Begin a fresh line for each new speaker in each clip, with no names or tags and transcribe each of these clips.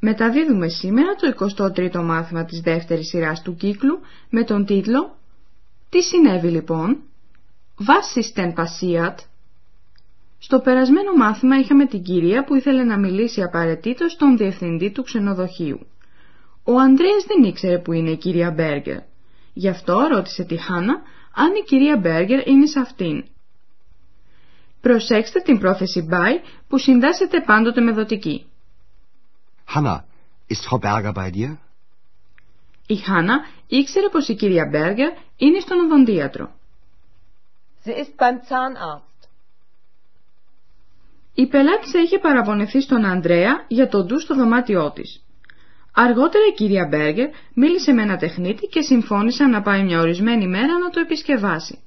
Μεταδίδουμε σήμερα το 23ο μάθημα της δεύτερης σειράς του κύκλου με τον τίτλο «Τι συνέβη λοιπόν» «Was ist denn passiert» Στο περασμένο μάθημα είχαμε την κυρία που ήθελε να μιλήσει απαραίτητος στον διευθυντή του ξενοδοχείου. Ο Ανδρέας δεν ήξερε που είναι η κυρία Μπέργκερ. Γι' αυτό ρώτησε τη Χάνα αν η κυρία Μπέργκερ είναι σε αυτήν. Προσέξτε την πρόθεση by που συντάσσεται πάντοτε με δοτική.
Hanna, ist Frau Berger bei dir?
Η Χάνα ήξερε πως η κυρία Μπέργκερ είναι στον οδοντίατρο.
Sie ist beim Zahnarzt.
Η πελάτησα είχε παραπονεθεί στον Ανδρέα για τον ντου στο δωμάτιό της. Αργότερα η κυρία Μπέργκερ μίλησε με ένα τεχνίτη και συμφώνησαν να πάει μια ορισμένη μέρα να το επισκευάσει.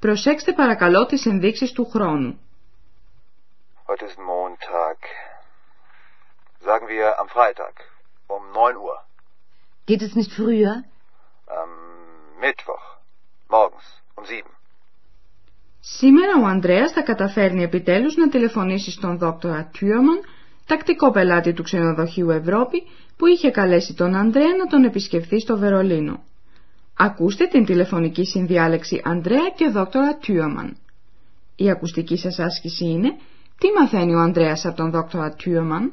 Προσέξτε παρακαλώ τις ενδείξεις του χρόνου.
Heute ist Montag. Sagen wir am Freitag um 9 Uhr.
Geht es nicht früher?
Am Mittwoch morgens um 7.
Σήμερα ο Ανδρέας θα καταφέρνει επιτέλους να τηλεφωνήσει στον δόκτορα Τιούμαν, τακτικό πελάτη του ξενοδοχείου Ευρώπη, που είχε καλέσει τον Ανδρέα να τον επισκεφθεί στο Βερολίνο. Ακούστε την τηλεφωνική συνδιάλεξη Ανδρέα και δόκτορα Τιούμαν. Η ακουστική σας άσκηση είναι «Τι μαθαίνει ο Ανδρέας από τον δόκτορα Τιούμαν»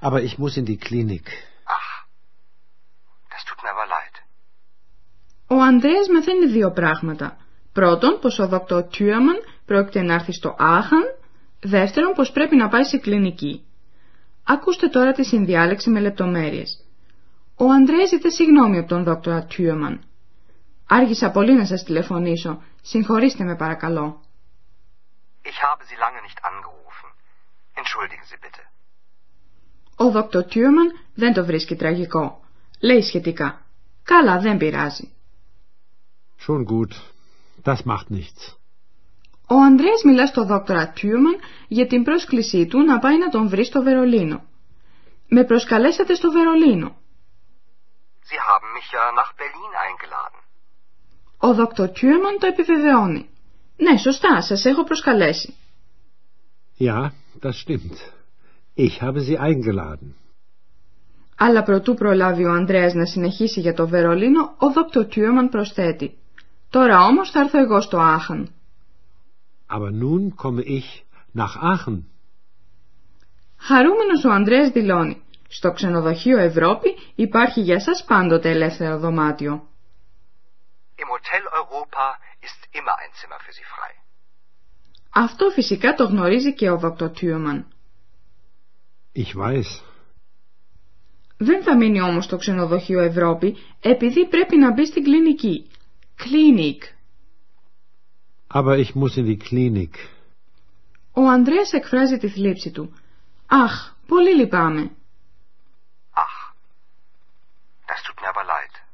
Aber ich muss in die Klinik.
Ach, das tut mir aber leid.
Ο Ανδρέας μαθαίνει δύο πράγματα. Πρώτον, πως ο δόκτωρ Τιούμαν πρόκειται να έρθει στο Άχαν. Δεύτερον, πως πρέπει να πάει σε κλινική. Ακούστε τώρα τη συνδιάλεξη με λεπτομέρειες. Ο Ανδρέας ζητεί συγγνώμη από τον δόκτωρα Τιούμαν. Άργησα πολύ να σας τηλεφωνήσω. Συγχωρήστε με παρακαλώ.
Ich habe Sie lange nicht angerufen. Entschuldigen Sie bitte.
Ο δόκτωρ Τιούμαν δεν το βρίσκει τραγικό. Λέει σχετικά. Καλά, δεν πειράζει.
Schon gut. Das macht nichts.
Ο Ανδρέας μιλά στο δόκτωρα Τιούμαν για την πρόσκλησή του να πάει να τον βρει στο Βερολίνο. «Με προσκαλέσατε στο Βερολίνο».
Sie haben mich ja nach Berlin eingeladen.
Ο δόκτωρ Τιούμαν το επιβεβαιώνει. «Ναι, σωστά, σας έχω προσκαλέσει».
Ja, das stimmt. Ich habe Sie eingeladen.
Αλλά προτού προλάβει ο Ανδρέας να συνεχίσει για το Βερολίνο, ο δόκτωρ Τιούμαν προσθέτει. «Τώρα όμως θα έρθω εγώ στο Άχαν».
Aber nun komme ich nach Aachen.
Χαρούμενος ο Ανδρέας δηλώνει. Στο ξενοδοχείο Ευρώπη υπάρχει για σας πάντοτε ελεύθερο δωμάτιο.
Im Hotel Europa ist immer ein Zimmer für Sie frei.
Αυτό φυσικά το γνωρίζει και ο δόκτωρ Τιούμαν.
Ich weiß.
Δεν θα μείνει όμως στο ξενοδοχείο Ευρώπη επειδή πρέπει να μπει στην κλινική. Κλίνικ.
Aber ich muss in die Klinik.
Ο Ανδρέας εκφράζει τη θλίψη του. Αχ, πολύ λυπάμαι.
Ach, das tut mir aber leid.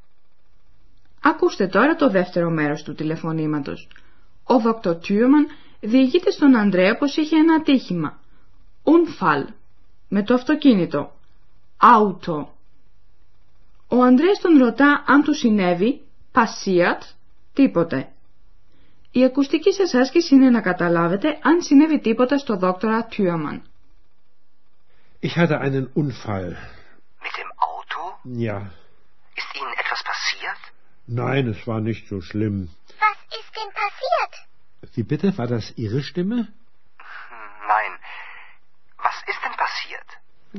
Ακούστε τώρα το δεύτερο μέρος του τηλεφωνήματος. Ο δόκτωρ Τιούμαν διηγείται στον Ανδρέα πως είχε ένα ατύχημα. Unfall. Με το αυτοκίνητο. Auto. Ο Ανδρέας τον ρωτά αν του συνέβη passiert τίποτε. Η ακουστική σας άσκηση είναι να καταλάβετε αν συνέβη τίποτα στο δόκτωρα Τιούμαν.
Ich hatte einen Unfall.
Mit dem Auto?
Ja.
Ist Ihnen etwas passiert?
Nein, es war nicht so schlimm.
Was ist denn passiert?
Wie bitte? War das Ihre Stimme?
Hm, Nein. Was ist denn passiert?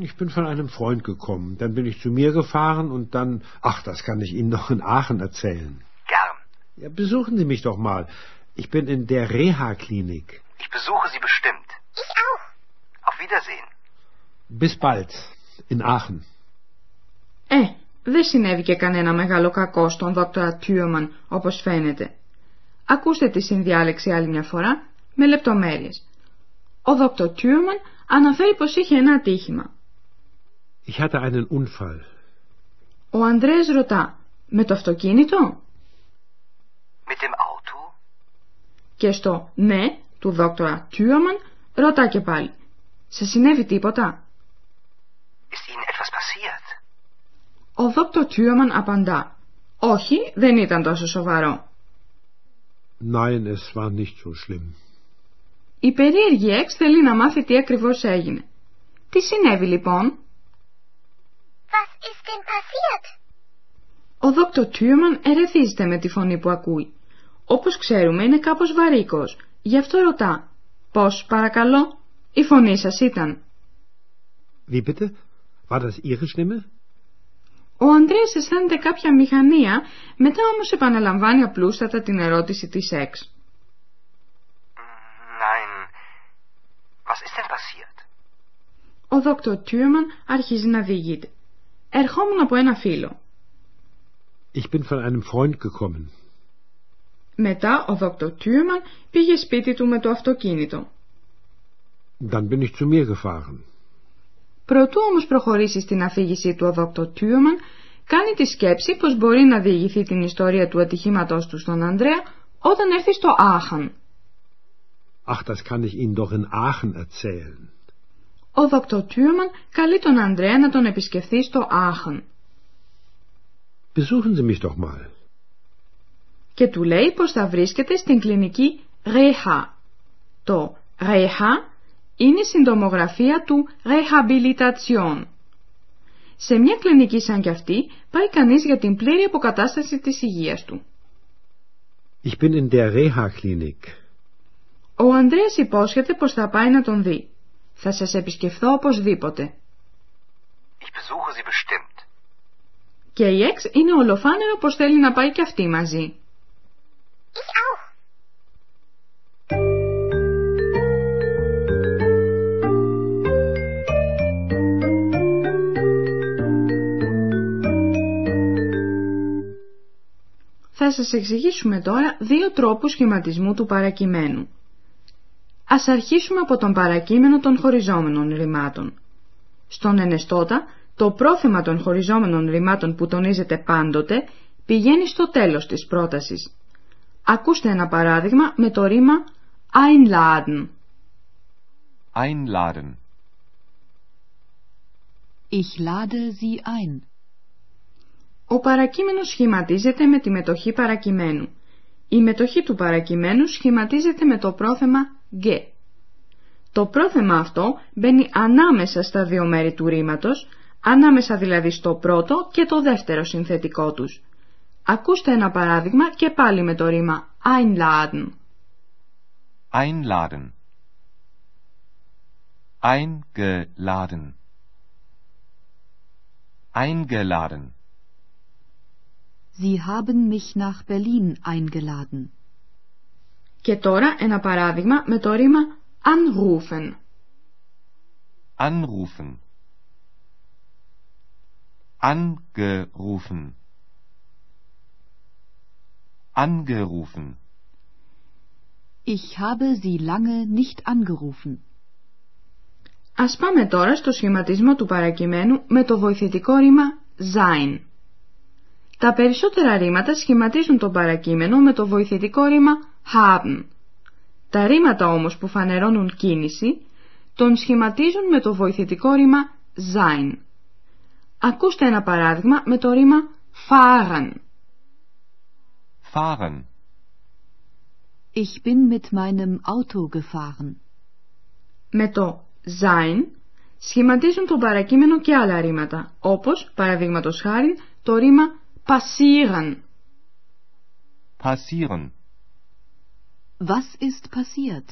Ich bin von einem Freund gekommen. Dann bin ich zu mir gefahren und dann. Ach, das kann ich Ihnen noch in Aachen erzählen.
Gern.
Ja, besuchen Sie mich doch mal. Ich bin in der Reha-Klinik.
Ich besuche Sie bestimmt. Ich auch. Auf Wiedersehen.
Bis bald. In Aachen.
Ε, δεν συνέβη και κανένα μεγάλο κακό στον δόκτωρα Τιούμαν, όπως φαίνεται. Ακούστε τη συνδιάλεξη άλλη μια φορά, με λεπτομέρειες. Ο δόκτωρ Τιούμαν αναφέρει πως είχε ένα ατύχημα.
Ich hatte einen Unfall.
Ο Ανδρέας ρωτά, με το αυτοκίνητο?
Mit dem Auto?
Και στο «ναι» του δόκτωρα Τιούμαν ρωτά και πάλι, «Σε συνέβη τίποτα?»
Ist Ihnen etwas passiert?
Ο δόκτωρ Τιούμαν απαντά, «Όχι, δεν ήταν τόσο σοβαρό».
Nein, es war nicht so schlimm.
Η περίεργη Εξ θέλει να μάθει τι ακριβώς έγινε. Τι συνέβη λοιπόν?
Was ist denn passiert?
Ο δόκτωρ Τιούμαν ερεθίζεται με τη φωνή που ακούει. Όπως ξέρουμε είναι κάπως βαρύκος, γι' αυτό ρωτά «Πώς, παρακαλώ, η φωνή σας ήταν».
Wie bitte? War das Ihre Stimme?
Ο Ανδρέας αισθάνεται κάποια μηχανία, μετά όμως επαναλαμβάνει απλούστατα την ερώτηση της Εξ.
Hm, Nein. Was ist denn passiert?
Ο δόκτωρ Τιούμαν αρχίζει να διηγείται. «Ερχόμουν από ένα φίλο».
Ich bin von einem Freund gekommen.
Μετά ο δόκτωρ Τιούμαν πήγε σπίτι του με το αυτοκίνητο.
Dann bin ich zu mir gefahren.
Προτού όμως προχωρήσει στην αφήγησή του ο δόκτωρ Τιούμαν, κάνει τη σκέψη πως μπορεί να διηγηθεί την ιστορία του ατυχήματός του στον Ανδρέα όταν έρθει στο Άχαν.
Ach, das kann ich Ihnen doch in Aachen erzählen.
Ο δόκτωρ Τιούμαν καλεί τον Ανδρέα να τον επισκεφθεί στο Άχαν
Besuchen Sie mich doch mal.
και του λέει πως θα βρίσκεται στην κλινική Ρέχα. Το Ρέχα είναι η συντομογραφία του Rehabilitation. Σε μια κλινική σαν κι αυτή πάει κανείς για την πλήρη αποκατάσταση της υγείας του.
Ich bin in der Reha-Klinik.
Ο Ανδρέας υπόσχεται πως θα πάει να τον δει. Θα σας επισκεφθώ οπωσδήποτε.
Ich besuche Sie bestimmt.
Και η Εξ είναι ολοφάνερο πως θέλει να πάει κι αυτή μαζί.
Ich auch.
Θα σας εξηγήσουμε τώρα δύο τρόπους σχηματισμού του παρακειμένου. Ας αρχίσουμε από τον παρακείμενο των χωριζόμενων ρημάτων. Στον ενεστώτα, το πρόθεμα των χωριζόμενων ρημάτων που τονίζεται πάντοτε πηγαίνει στο τέλος της πρότασης. Ακούστε ένα παράδειγμα με το ρήμα «einladen».
Einladen.
Ich lade Sie ein.
Ο παρακείμενος σχηματίζεται με τη μετοχή παρακειμένου. Η μετοχή του παρακειμένου σχηματίζεται με το πρόθεμα «γε». Το πρόθεμα αυτό μπαίνει ανάμεσα στα δύο μέρη του ρήματος, ανάμεσα δηλαδή στο πρώτο και το δεύτερο συνθετικό τους. Ακούστε ένα παράδειγμα και πάλι με το ρήμα «einladen».
Einladen. Eingeladen. Eingeladen.
Sie haben mich nach Berlin eingeladen.
Και τώρα ένα παράδειγμα με το ρήμα «anrufen».
Anrufen. Angerufen. Angerufen.
Ich habe Sie lange nicht angerufen.
Ας πάμε τώρα στο σχηματισμό του παρακειμένου με το βοηθητικό ρήμα sein. Τα περισσότερα ρήματα σχηματίζουν το παρακείμενο με το βοηθητικό ρήμα haben. Τα ρήματα όμως που φανερώνουν κίνηση τον σχηματίζουν με το βοηθητικό ρήμα sein. Ακούστε ένα παράδειγμα με το ρήμα fahren.
Fahren.
Ich bin mit meinem Auto gefahren.
Με το sein σχηματίζουν το παρακείμενο και άλλα ρήματα, όπως, παραδείγματος χάρη, το ρήμα passieren.
Passieren.
Was ist passiert?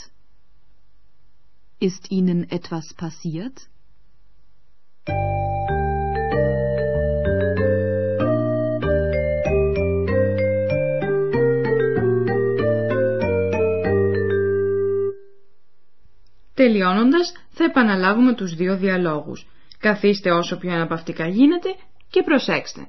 Ist Ihnen etwas passiert?
Τελειώνοντας, θα επαναλάβουμε τους δύο διαλόγους. Καθίστε όσο πιο αναπαυτικά γίνεται και προσέξτε.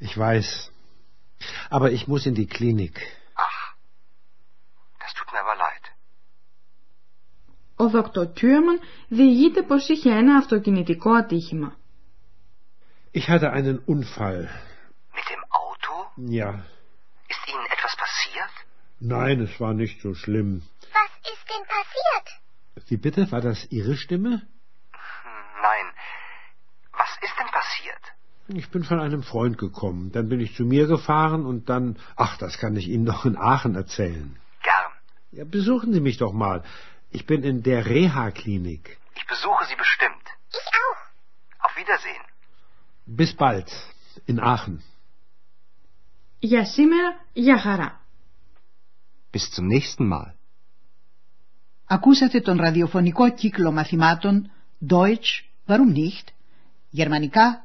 Ich weiß. Aber ich muss in die Klinik.
Ach, das tut mir aber leid.
Ο Δόκτωρ Τιούρμαν διηγείται πως είχε ένα αυτοκινητικό ατύχημα.
Ich hatte einen Unfall.
Mit dem Auto?
Ja.
Ist Ihnen etwas passiert?
Nein, es war nicht so schlimm.
Was ist denn passiert?
Wie bitte? War das Ihre Stimme?
Hm, Nein. Was ist denn passiert?
Ich bin von einem Freund gekommen. Dann bin ich zu mir gefahren und dann. Ach, das kann ich Ihnen doch in Aachen erzählen.
Gern.
Ja, besuchen Sie mich doch mal. Ich bin in der Reha-Klinik.
Ich besuche Sie bestimmt.
Ich auch.
Auf Wiedersehen.
Bis bald. In Aachen.
Για σήμερα, για χαρά.
Bis zum nächsten Mal.
Ακούσατε τον ραδιοφωνικό κύκλο μαθημάτων Deutsch, warum nicht, γερμανικά,